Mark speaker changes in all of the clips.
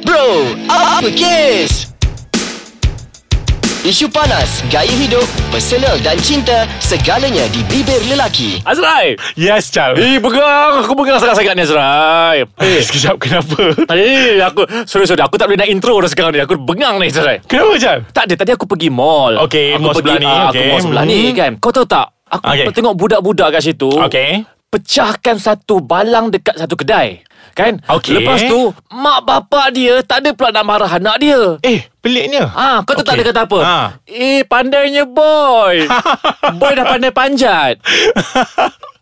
Speaker 1: Bro, apa kes? Isu panas, gaya hidup, personal dan cinta, segalanya di bibir lelaki.
Speaker 2: Azrai
Speaker 3: Yes, Chal.
Speaker 2: Eh pegang Aku pegang sangat-sangat ni Azrai Eh
Speaker 3: Eh, sekejap kenapa?
Speaker 2: Eh aku Sorry sorry Aku tak boleh nak intro dah sekarang ni Aku bengang ni Azrai
Speaker 3: Kenapa, Chal?
Speaker 2: Tak ada tadi aku pergi mall
Speaker 3: Okey,
Speaker 2: aku
Speaker 3: mall sebelah ni,
Speaker 2: ah, Aku
Speaker 3: okey.
Speaker 2: mall sebelah ni
Speaker 3: Hmm.
Speaker 2: kan Kau tahu tak Aku
Speaker 3: Okey.
Speaker 2: okay. tengok budak-budak kat situ
Speaker 3: Okey.
Speaker 2: Pecahkan satu balang dekat satu kedai Kan
Speaker 3: Okey.
Speaker 2: Lepas tu Mak bapak dia Tak ada pula nak marah anak dia
Speaker 3: Eh, peliknya.
Speaker 2: Ah, kau tu tak ada
Speaker 3: Okey.
Speaker 2: kata apa
Speaker 3: Ha.
Speaker 2: Eh pandainya boy Boy dah pandai panjat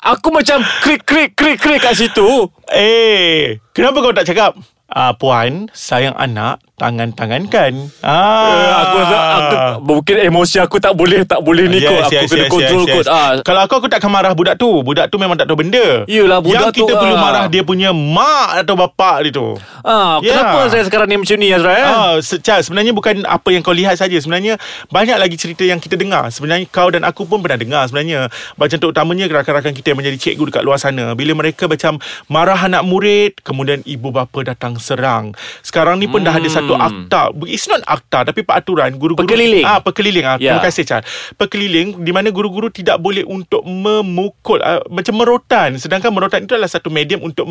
Speaker 2: Aku macam krik krik krik krik kat situ
Speaker 3: Eh, kenapa kau tak cakap? Ah, puan, sayang anak, tangan-tangan kan.
Speaker 2: Uh,
Speaker 3: Ah,
Speaker 2: aku rasa aku, mungkin emosi aku tak boleh tak boleh ni yes, kot aku yes, kena yes, control yes, kot. Ah,
Speaker 3: Kalau aku aku takkan marah budak tu. Budak tu memang tak tahu benda.
Speaker 2: Yelah, budak
Speaker 3: Yang kita
Speaker 2: tu, ah.
Speaker 3: perlu marah dia punya mak atau bapak dia tu.
Speaker 2: ah
Speaker 3: Yeah.
Speaker 2: kenapa saya sekarang ni macam ni Azra eh?
Speaker 3: Ah, secara sebenarnya bukan apa yang kau lihat saja. Sebenarnya banyak lagi cerita yang kita dengar. Sebenarnya kau dan aku pun pernah dengar sebenarnya. Macam terutamanya rakan-rakan kita yang menjadi cikgu dekat luar sana. Bila mereka macam marah anak murid, kemudian ibu bapa datang serang. Sekarang ni pun dah ada satu akta. It's not akta tapi peraturan
Speaker 2: Hmm.
Speaker 3: guru-guru.
Speaker 2: Perkeliling.
Speaker 3: Ah, perkeliling. Ah,
Speaker 2: Ya.
Speaker 3: Terima kasih Char. Perkeliling di mana guru-guru tidak boleh untuk memukul ah, macam merotan. Sedangkan merotan itu adalah satu medium untuk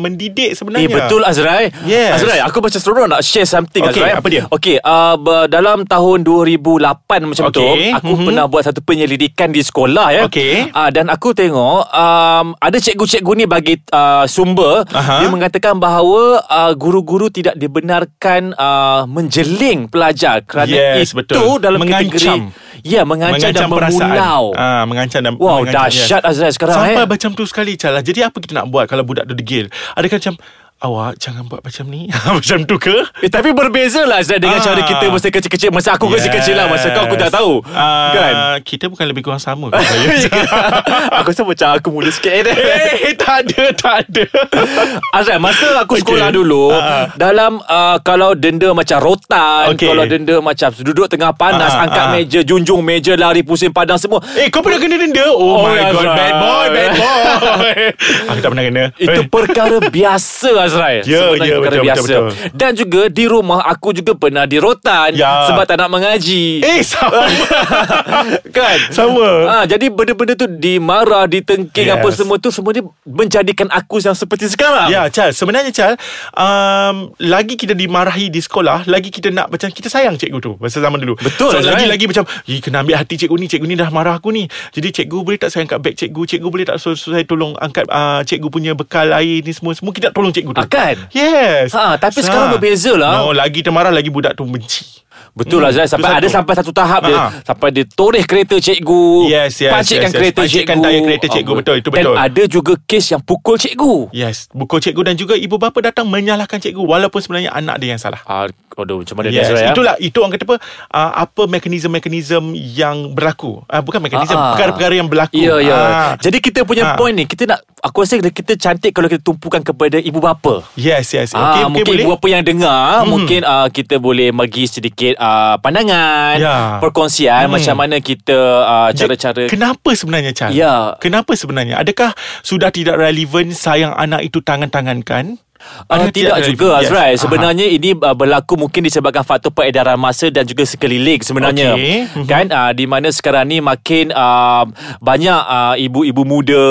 Speaker 2: Eh
Speaker 3: mendidik sebenarnya.
Speaker 2: betul Azrai
Speaker 3: Yes.
Speaker 2: Azrai aku macam seronok nak share something
Speaker 3: Okey,
Speaker 2: Azrai
Speaker 3: apa dia?
Speaker 2: Okey uh, ber- Dalam tahun 2008 macam tu
Speaker 3: Okey,
Speaker 2: Aku
Speaker 3: mhm.
Speaker 2: pernah buat satu penyelidikan di sekolah ya
Speaker 3: Okey.
Speaker 2: uh, Dan aku tengok um, Ada cikgu-cikgu ni bagi uh, sumber
Speaker 3: Aha.
Speaker 2: Dia mengatakan bahawa uh, Guru-guru tidak dibenarkan uh, Menjeling pelajar Kerana
Speaker 3: Yes,
Speaker 2: itu
Speaker 3: betul.
Speaker 2: dalam
Speaker 3: Mengancam.
Speaker 2: kategori Ya mengancam, dan memulau
Speaker 3: Ah, mengancam dan
Speaker 2: Wow,
Speaker 3: mengancam,
Speaker 2: dahsyat Azrael sekarang,
Speaker 3: Sampai
Speaker 2: eh.
Speaker 3: macam tu sekali Calah. Jadi apa kita nak buat kalau budak tu degil? Adakah macam awak jangan buat macam ni? macam tu ke?
Speaker 2: Eh, tapi berbeza lah Azrai dengan
Speaker 3: Ah.
Speaker 2: cara kita masa kecil-kecil. Masa aku kecil-kecil lah. Masa kau aku tak tahu.
Speaker 3: Ah,
Speaker 2: kan?
Speaker 3: Kita bukan lebih kurang sama ke saya?
Speaker 2: aku rasa macam aku muda sikit eh.
Speaker 3: Eh, tak ada, tak ada.
Speaker 2: Azrai, masa aku
Speaker 3: Okey.
Speaker 2: sekolah dulu
Speaker 3: Ah, ah.
Speaker 2: Dalam uh, Kalau denda macam rotan
Speaker 3: Okey.
Speaker 2: Kalau denda macam Duduk tengah panas
Speaker 3: Ah, ah,
Speaker 2: Angkat
Speaker 3: ah.
Speaker 2: meja Junjung meja Lari pusing padang semua
Speaker 3: eh, kau pernah kena denda? Oh,
Speaker 2: Oh,
Speaker 3: my God,
Speaker 2: Azrael.
Speaker 3: bad boy, bad boy. Aku tak pernah kena.
Speaker 2: Itu
Speaker 3: Eh.
Speaker 2: perkara biasa Azrai
Speaker 3: Ya,
Speaker 2: Sebenarnya
Speaker 3: ya,
Speaker 2: perkara
Speaker 3: betul,
Speaker 2: biasa
Speaker 3: betul, betul.
Speaker 2: Dan juga di rumah Aku juga pernah di rotan
Speaker 3: Ya.
Speaker 2: Sebab tak nak mengaji
Speaker 3: Eh, sama.
Speaker 2: kan
Speaker 3: Sama.
Speaker 2: ha, Jadi benda-benda tu Dimarah Ditengking yes. Apa
Speaker 3: Yes.
Speaker 2: semua tu Semua dia Menjadikan aku yang seperti sekarang
Speaker 3: Ya Chal Sebenarnya Chal um, Lagi kita dimarahi di sekolah Lagi kita nak macam Kita sayang cikgu tu Masa zaman dulu
Speaker 2: Betul,
Speaker 3: so,
Speaker 2: Azrael.
Speaker 3: Lagi-lagi macam "Ih, Kena ambil hati cikgu ni Cikgu ni dah marah aku ni Jadi cikgu boleh tak saya angkat beg cikgu Cikgu boleh tak so, so, saya tolong angkat uh, Cikgu punya bekal air ni semua Semua kita nak tolong cikgu tu
Speaker 2: Akan.
Speaker 3: Yes
Speaker 2: Ah, kan? Ha, tapi sekarang berbeza lah.
Speaker 3: no, Lagi kita marah Lagi budak tu benci
Speaker 2: Betul lah
Speaker 3: Hmm,
Speaker 2: Azrai
Speaker 3: tu
Speaker 2: Sampai
Speaker 3: satu.
Speaker 2: ada sampai satu tahap dia
Speaker 3: Ha.
Speaker 2: Sampai dia toreh kereta cikgu
Speaker 3: Yes, yes,
Speaker 2: Pacikkan
Speaker 3: yes, yes.
Speaker 2: kereta
Speaker 3: Pacikkan
Speaker 2: cikgu
Speaker 3: tayar kereta cikgu,
Speaker 2: Ah,
Speaker 3: betul, itu betul.
Speaker 2: Dan ada juga kes yang pukul cikgu
Speaker 3: Yes Buku cikgu dan juga Ibu bapa datang menyalahkan cikgu Walaupun sebenarnya anak dia yang salah
Speaker 2: Ah, aduh, macam mana
Speaker 3: Yes,
Speaker 2: dia Azrai ya?
Speaker 3: itulah itu orang kata apa uh, apa mekanisme-mekanisme yang berlaku. Uh, bukan mekanisme,
Speaker 2: Ah, ah.
Speaker 3: perkara-perkara yang berlaku.
Speaker 2: Ya, ya.
Speaker 3: Ah.
Speaker 2: Jadi kita punya
Speaker 3: Ah.
Speaker 2: point ni, kita nak aku rasa kita cantik kalau kita tumpukan kepada ibu bapa.
Speaker 3: Yes,
Speaker 2: Okay,
Speaker 3: yes.
Speaker 2: ah,
Speaker 3: okay,
Speaker 2: mungkin
Speaker 3: okay,
Speaker 2: ibu
Speaker 3: boleh.
Speaker 2: apa yang dengar hmm. Mungkin uh, kita boleh Bagi sedikit uh, pandangan
Speaker 3: Ya.
Speaker 2: Perkongsian
Speaker 3: Hmm.
Speaker 2: Macam mana kita uh, Cara-cara
Speaker 3: Kenapa sebenarnya Chan?
Speaker 2: Ya.
Speaker 3: Kenapa sebenarnya? Adakah sudah tidak relevan sayang anak itu tangan-tangan kan?
Speaker 2: Uh, tidak juga
Speaker 3: relevan?
Speaker 2: Azrai
Speaker 3: Aha.
Speaker 2: Sebenarnya ini uh, berlaku mungkin disebabkan faktor peredaran masa dan juga sekeliling sebenarnya
Speaker 3: Okey. Mhm.
Speaker 2: kan uh, di mana sekarang ni makin uh, banyak uh, ibu-ibu muda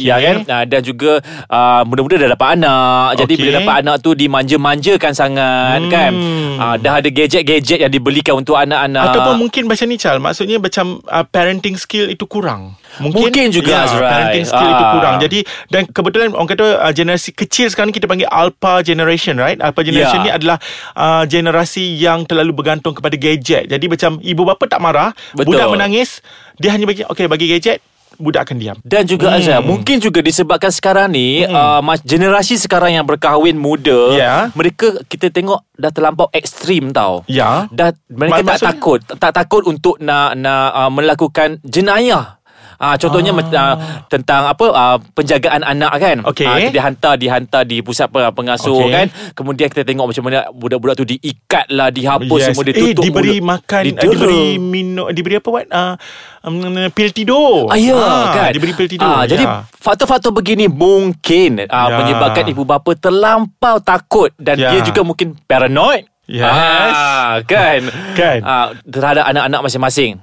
Speaker 2: ya kan uh, dan juga uh, muda-muda dah dapat anak jadi
Speaker 3: Okey. Hmm.
Speaker 2: bila dapat anak tu dimanja-manjakan sangat kan uh, dah ada gadget-gadget yang dibelikan untuk anak-anak
Speaker 3: Ataupun mungkin macam ni Chal Maksudnya macam uh, Parenting skill itu kurang
Speaker 2: Mungkin juga,
Speaker 3: ya,
Speaker 2: Azrai.
Speaker 3: Parenting skill
Speaker 2: Ah.
Speaker 3: itu kurang Jadi Dan kebetulan orang kata uh, Generasi kecil sekarang ni Kita panggil alpha generation right Alpha generation
Speaker 2: Ya.
Speaker 3: ni adalah uh, Generasi yang terlalu bergantung Kepada gadget Jadi macam Ibu bapa tak marah
Speaker 2: Betul.
Speaker 3: Budak menangis Dia hanya bagi Okay bagi gadget Budak akan diam
Speaker 2: Dan juga hmm. Azhar Mungkin juga disebabkan sekarang ni hmm. uh, ma- Generasi sekarang yang berkahwin muda
Speaker 3: Ya.
Speaker 2: Mereka kita tengok Dah terlampau ekstrim tau
Speaker 3: Ya.
Speaker 2: Dah, Mereka
Speaker 3: Ma-
Speaker 2: tak
Speaker 3: maksudnya?
Speaker 2: takut tak, tak takut untuk nak, nak uh, melakukan jenayah Ah, contohnya ah. Uh, tentang apa uh, penjagaan anak kan.
Speaker 3: Okey.
Speaker 2: Ah, dihantar dihantar di pusat pe- pengasuh
Speaker 3: Okey.
Speaker 2: kan. Kemudian kita tengok macam mana budak-budak tu diikat lah, dihapus
Speaker 3: Yes.
Speaker 2: semua
Speaker 3: eh,
Speaker 2: ditutup
Speaker 3: diberi
Speaker 2: mulut.
Speaker 3: makan
Speaker 2: Didera.
Speaker 3: Didera. Diberi minum Diberi apa Wan uh, um, Pil tidur
Speaker 2: Ah, ya, kan?
Speaker 3: Diberi pil tidur
Speaker 2: Ah, Jadi
Speaker 3: ya.
Speaker 2: faktor-faktor begini mungkin ah,
Speaker 3: Ya.
Speaker 2: menyebabkan ibu bapa terlampau takut dan
Speaker 3: Ya.
Speaker 2: dia juga mungkin paranoid.
Speaker 3: Yes.
Speaker 2: Ah, kan?
Speaker 3: Kan?
Speaker 2: Ah, terhadap anak-anak masing-masing.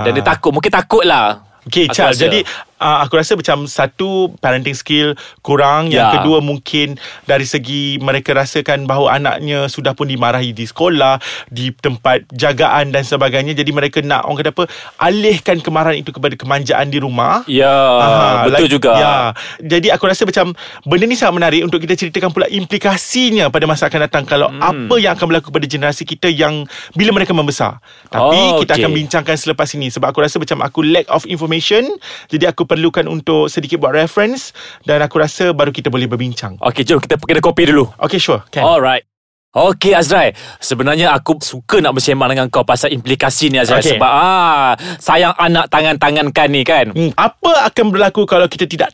Speaker 2: Ah, dan dia takut. Mungkin takut lah.
Speaker 3: Okay
Speaker 2: Aku
Speaker 3: Charles
Speaker 2: rasa.
Speaker 3: Jadi uh, aku rasa macam Satu parenting skill Kurang Yang
Speaker 2: Ya.
Speaker 3: kedua mungkin Dari segi mereka rasakan Bahawa anaknya Sudah pun dimarahi di sekolah Di tempat jagaan dan sebagainya Jadi mereka nak Orang kata apa Alihkan kemarahan itu Kepada kemanjaan di rumah
Speaker 2: Ya,
Speaker 3: Aha,
Speaker 2: betul
Speaker 3: like-
Speaker 2: juga.
Speaker 3: Ya. Jadi aku rasa macam benda ni sangat menarik untuk kita ceritakan pula implikasinya pada masa akan datang kalau hmm. apa yang akan berlaku pada generasi kita yang bila mereka membesar. Tapi
Speaker 2: Oh,
Speaker 3: oh, kita
Speaker 2: okey.
Speaker 3: okay. akan bincangkan selepas ini sebab aku rasa macam aku lack of information. Jadi aku perlukan untuk sedikit buat reference dan aku rasa baru kita boleh berbincang.
Speaker 2: Okey, jom kita kena kopi dulu.
Speaker 3: Okay sure. Oh. Can.
Speaker 2: Alright. Okey Azrai, sebenarnya aku suka nak bersembang dengan kau pasal implikasi ni Azrai
Speaker 3: Okey.
Speaker 2: sebab ah sayang anak tangan-tangan kan ni kan.
Speaker 3: Hmm, apa akan berlaku kalau kita tidak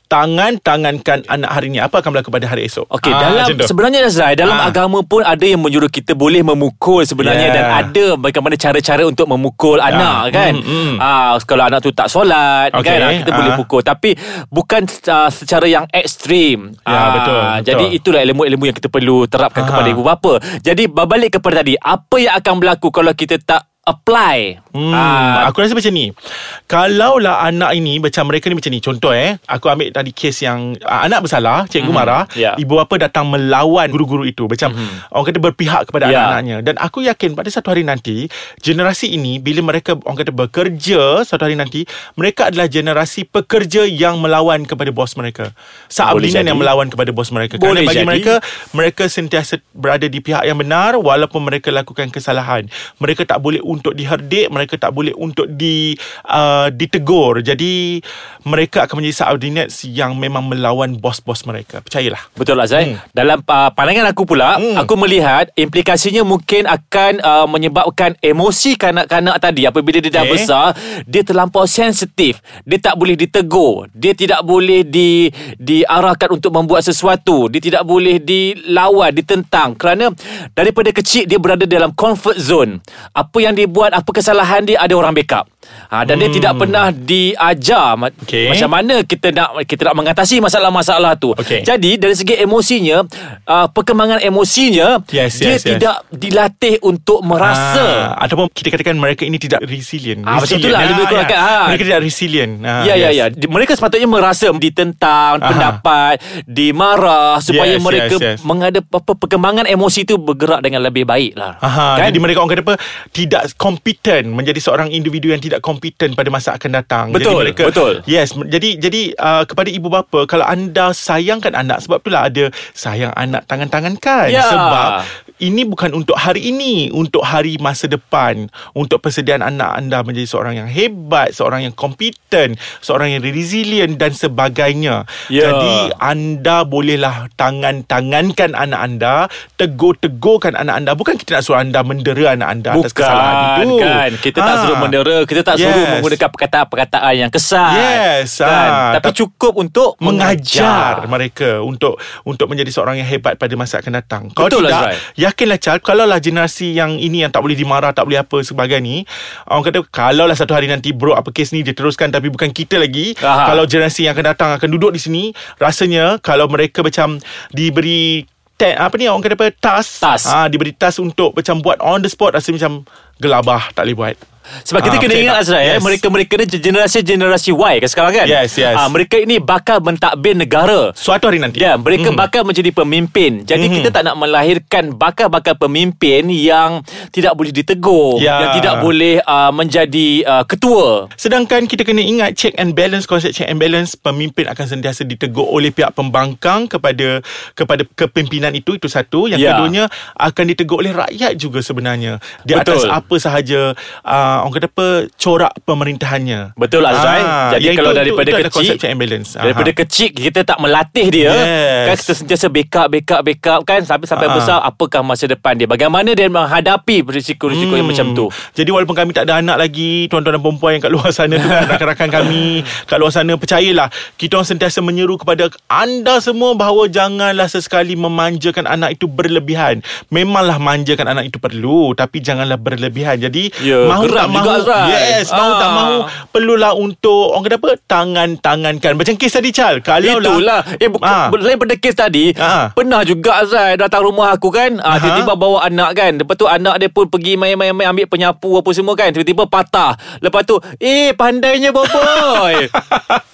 Speaker 3: tangan-tangankan anak hari ni? Apa akan berlaku pada hari esok?
Speaker 2: Okey,
Speaker 3: Ah,
Speaker 2: dalam
Speaker 3: macam tu.
Speaker 2: sebenarnya Azrai, dalam
Speaker 3: Ah.
Speaker 2: agama pun ada yang menyuruh kita boleh memukul sebenarnya
Speaker 3: Yeah.
Speaker 2: dan ada bagaimana cara-cara untuk memukul anak kan.
Speaker 3: Mm, mm.
Speaker 2: Ah kalau anak tu tak solat
Speaker 3: Okey,
Speaker 2: kan ah, kita
Speaker 3: ah.
Speaker 2: boleh pukul tapi bukan ah, secara yang ekstrim. Ah,
Speaker 3: Ya, betul, betul.
Speaker 2: Jadi itulah ilmu-ilmu yang kita perlu terapkan
Speaker 3: Aha.
Speaker 2: kepada ibu bapa. Jadi berbalik kepada tadi, apa yang akan berlaku kalau kita tak apply?
Speaker 3: Hmm,
Speaker 2: Ah,
Speaker 3: aku rasa macam ni. Kalaulah anak ini macam mereka ni macam ni. Contoh eh, aku ambil tadi kes yang ah, anak bersalah, cikgu hmm. marah,
Speaker 2: Ya. Hmm.
Speaker 3: ibu bapa datang melawan guru-guru itu. Macam orang kata berpihak kepada
Speaker 2: Ya.
Speaker 3: anak-anaknya. Dan aku yakin pada satu hari nanti, generasi ini bila mereka orang kata bekerja satu hari nanti, mereka adalah generasi pekerja yang melawan kepada bos mereka.
Speaker 2: Boleh
Speaker 3: Sahabinan
Speaker 2: jadi.
Speaker 3: yang melawan kepada bos mereka.
Speaker 2: Boleh
Speaker 3: Kerana bagi
Speaker 2: jadi.
Speaker 3: mereka mereka sentiasa berada di pihak yang benar walaupun mereka lakukan kesalahan. Mereka tak boleh untuk diherdik, mereka tak boleh untuk di uh, ditegur. Jadi mereka akan menjadi subordinates yang memang melawan bos-bos mereka. Percayalah.
Speaker 2: Betul Azai. Hmm. Dalam uh, pandangan aku pula, hmm. aku melihat implikasinya mungkin akan uh, menyebabkan emosi kanak-kanak tadi apabila dia dah
Speaker 3: Okey.
Speaker 2: besar, dia terlampau sensitif. Dia tak boleh ditegur, dia tidak boleh di diarahkan untuk membuat sesuatu, dia tidak boleh dilawan, ditentang kerana daripada kecil dia berada dalam comfort zone. Apa yang dia buat, apa kesalahan dia ada orang backup. Ha, dan hmm. dia tidak pernah diajar ma-
Speaker 3: Okey.
Speaker 2: macam mana kita nak kita nak mengatasi masalah-masalah tu.
Speaker 3: Okey.
Speaker 2: Jadi dari segi emosinya, uh, perkembangan emosinya
Speaker 3: Yes,
Speaker 2: dia
Speaker 3: yes, yes.
Speaker 2: tidak dilatih untuk merasa.
Speaker 3: Ah, ataupun kita katakan mereka ini tidak resilient.
Speaker 2: Ah, macam itulah,
Speaker 3: Resilient. Ya,
Speaker 2: lebih kurang kan, ah.
Speaker 3: Mereka tidak resilient. Ah,
Speaker 2: ya, ya,
Speaker 3: yes.
Speaker 2: ya. Di- Mereka sepatutnya merasa ditentang,
Speaker 3: Aha.
Speaker 2: pendapat, dimarah supaya
Speaker 3: Yes,
Speaker 2: mereka
Speaker 3: yes, yes.
Speaker 2: menghadap apa perkembangan emosi itu bergerak dengan lebih baik lah.
Speaker 3: Aha, kan? Jadi mereka orang kata apa Tidak kompeten Menjadi seorang individu yang tidak kompeten Pada masa akan datang jadi
Speaker 2: Betul,
Speaker 3: mereka,
Speaker 2: betul.
Speaker 3: Yes m- Jadi jadi uh, kepada ibu bapa Kalau anda sayangkan anak Sebab itulah ada Sayang anak tangan-tangan kan
Speaker 2: Ya.
Speaker 3: Sebab Ini bukan untuk hari ini Untuk hari masa depan Untuk persediaan anak anda Menjadi seorang yang hebat Seorang yang kompeten Seorang yang resilient Dan sebagainya
Speaker 2: Ya.
Speaker 3: Jadi anda bolehlah tangan-tangankan anak anda, tegur-tegurkan anak anda. Bukan kita nak suruh anda mendera anak anda atas kesalahan
Speaker 2: Bukan
Speaker 3: itu.
Speaker 2: kan Kita tak
Speaker 3: Ah.
Speaker 2: suruh mendera Kita tak yes. suruh
Speaker 3: Yes.
Speaker 2: menggunakan perkataan-perkataan yang kesan
Speaker 3: Yes,
Speaker 2: kan?
Speaker 3: ah.
Speaker 2: Tapi
Speaker 3: Tap-
Speaker 2: cukup untuk
Speaker 3: mengajar mereka untuk untuk menjadi seorang yang hebat pada masa akan datang. Kalau
Speaker 2: Betul lah,
Speaker 3: tidak,
Speaker 2: Azrai.
Speaker 3: yakinlah Chal, kalaulah generasi yang ini yang tak boleh dimarah, tak boleh apa sebagainya ni, orang kata kalaulah satu hari nanti bro apa kes ni dia teruskan tapi bukan kita lagi,
Speaker 2: Aha.
Speaker 3: kalau generasi yang akan datang akan duduk di sini, rasanya kalau mereka macam diberi te- apa ni orang kata apa task,
Speaker 2: Task.
Speaker 3: Ah, diberi task untuk macam buat on the spot rasa macam gelabah tak boleh buat.
Speaker 2: Sebab kita
Speaker 3: Ah,
Speaker 2: kena
Speaker 3: betul
Speaker 2: ingat
Speaker 3: tak?
Speaker 2: Azrai yes. eh,
Speaker 3: Yes.
Speaker 2: Mereka-mereka ni generasi-generasi Y kan sekarang kan
Speaker 3: Yes, yes.
Speaker 2: Ah, Mereka ini bakal mentadbir negara
Speaker 3: Suatu hari nanti.
Speaker 2: Ya, mereka mm. bakal menjadi pemimpin. Jadi
Speaker 3: Hmm.
Speaker 2: mm. kita tak nak melahirkan bakal-bakal pemimpin yang tidak boleh ditegur,
Speaker 3: Ya.
Speaker 2: yang tidak boleh uh, menjadi uh, ketua.
Speaker 3: Sedangkan kita kena ingat check and balance konsep check and balance pemimpin akan sentiasa ditegur oleh pihak pembangkang kepada kepada kepimpinan itu itu satu yang
Speaker 2: Ya.
Speaker 3: yeah. keduanya akan ditegur oleh rakyat juga sebenarnya di
Speaker 2: Betul.
Speaker 3: atas apa sahaja uh, orang kata apa corak pemerintahannya.
Speaker 2: Betul Azrai.
Speaker 3: Ah,
Speaker 2: Jadi
Speaker 3: yang
Speaker 2: kalau
Speaker 3: itu-
Speaker 2: daripada
Speaker 3: itu, itu adalah
Speaker 2: kecil
Speaker 3: konsep check and balance. Aha.
Speaker 2: Daripada kecil kita tak melatih dia
Speaker 3: Yes.
Speaker 2: kan kita sentiasa backup backup backup kan sampai sampai
Speaker 3: Ah.
Speaker 2: besar apakah masa depan dia bagaimana dia menghadapi risiko-risiko
Speaker 3: Hmm.
Speaker 2: yang macam tu.
Speaker 3: Jadi walaupun kami tak ada anak lagi Tuan-tuan dan perempuan yang kat luar sana tu kan Rakan-rakan kami Kat luar sana Percayalah Kita orang sentiasa menyeru kepada Anda semua Bahawa janganlah sesekali Memanjakan anak itu berlebihan Memanglah manjakan anak itu perlu Tapi janganlah berlebihan pilihan. Jadi
Speaker 2: Ya,
Speaker 3: mahu
Speaker 2: geram
Speaker 3: tak mahu.
Speaker 2: juga, Azrai.
Speaker 3: Yes, mahu tak
Speaker 2: Ah.
Speaker 3: mahu perlulah untuk orang kata apa? Tangan-tangankan. Macam kes tadi Chal. Kalau
Speaker 2: Itulah Eh bukan
Speaker 3: Ah.
Speaker 2: Lain pada kes tadi
Speaker 3: Ah.
Speaker 2: Pernah juga Azrai Datang rumah aku kan ah, Tiba-tiba bawa anak kan Lepas tu anak dia pun Pergi main-main-main Ambil penyapu apa semua kan Tiba-tiba patah Lepas tu Eh pandainya boboy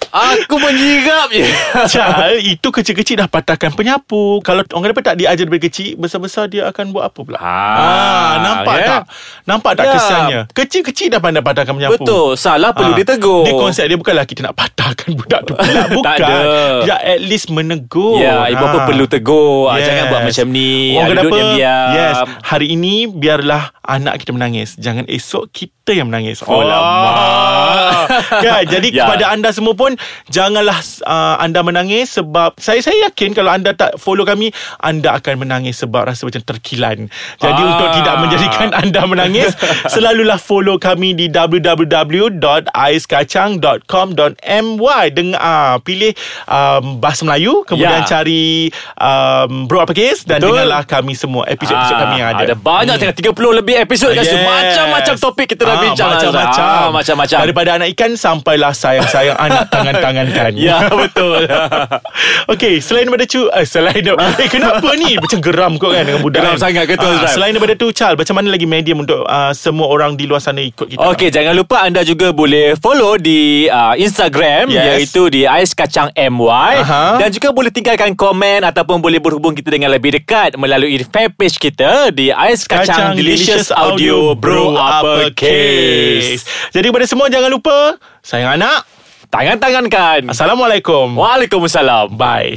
Speaker 2: Aku menyirap je
Speaker 3: Chal itu kecil-kecil dah patahkan penyapu. Kalau orang kata apa tak diajar dari kecil, besar-besar dia akan buat apa pula? Ah, nampak
Speaker 2: ya?
Speaker 3: tak? Nampak tak
Speaker 2: Ya.
Speaker 3: kesannya? Kecil-kecil dah pandai patahkan penyapu.
Speaker 2: Betul Salah perlu
Speaker 3: Ah,
Speaker 2: ditegur
Speaker 3: Dia konsep dia bukanlah kita nak patahkan budak tu pula. Bukan.
Speaker 2: Tak ada.
Speaker 3: Dia at least menegur.
Speaker 2: Ya, ibu bapa
Speaker 3: Ah.
Speaker 2: perlu tegur. Yes.
Speaker 3: Yes.
Speaker 2: Oh, Jangan buat macam ni.
Speaker 3: Orang
Speaker 2: Ah,
Speaker 3: kata
Speaker 2: duduk
Speaker 3: apa?
Speaker 2: diam diam.
Speaker 3: Yes Hari ini biarlah anak kita menangis Jangan esok kita yang menangis
Speaker 2: Oh, lama.
Speaker 3: kan? Jadi
Speaker 2: Ya.
Speaker 3: yeah. kepada anda semua pun Janganlah uh, anda menangis Sebab saya saya yakin Kalau anda tak follow kami Anda akan menangis Sebab rasa macam terkilan Jadi
Speaker 2: Ah.
Speaker 3: untuk tidak menjadikan anda menangis Selalulah follow kami di www.aiskacang.com.my Dengar uh, Pilih um, Bahasa Melayu Kemudian
Speaker 2: Ya.
Speaker 3: cari um, Bro Apa Kes Dan
Speaker 2: Betul.
Speaker 3: dengarlah kami semua Episod-episod
Speaker 2: Ah,
Speaker 3: kami yang ada
Speaker 2: Ada banyak hmm. tengah 30 lebih episod yes.
Speaker 3: Yes.
Speaker 2: Macam-macam topik kita dah
Speaker 3: Ah,
Speaker 2: bincang Azhar.
Speaker 3: Macam-macam
Speaker 2: Ah, Macam-macam
Speaker 3: Daripada anak ikan Sampailah sayang-sayang Anak tangan-tangan kan
Speaker 2: Ya betul
Speaker 3: Okay Selain daripada cu eh, Selain daripada Eh kenapa ni Macam geram kot kan Dengan budak
Speaker 2: Geram
Speaker 3: kan?
Speaker 2: sangat ke tu,
Speaker 3: Ah,
Speaker 2: Azrai?
Speaker 3: Selain daripada tu Chal Macam mana lagi medium Untuk ah, semua orang Di luar sana ikut kita
Speaker 2: Okey, jangan lupa anda juga boleh follow di uh, Instagram yes.
Speaker 3: Yes.
Speaker 2: iaitu di Ais Kacang MY
Speaker 3: Aha.
Speaker 2: dan juga boleh tinggalkan komen ataupun boleh berhubung kita dengan lebih dekat melalui fanpage kita di Ais Kacang, Kacang Delicious Audio Bro Apa Case.
Speaker 3: Jadi kepada semua Jangan lupa Sayang anak
Speaker 2: Tangan-tangankan.
Speaker 3: Assalamualaikum
Speaker 2: Waalaikumsalam.
Speaker 3: Bye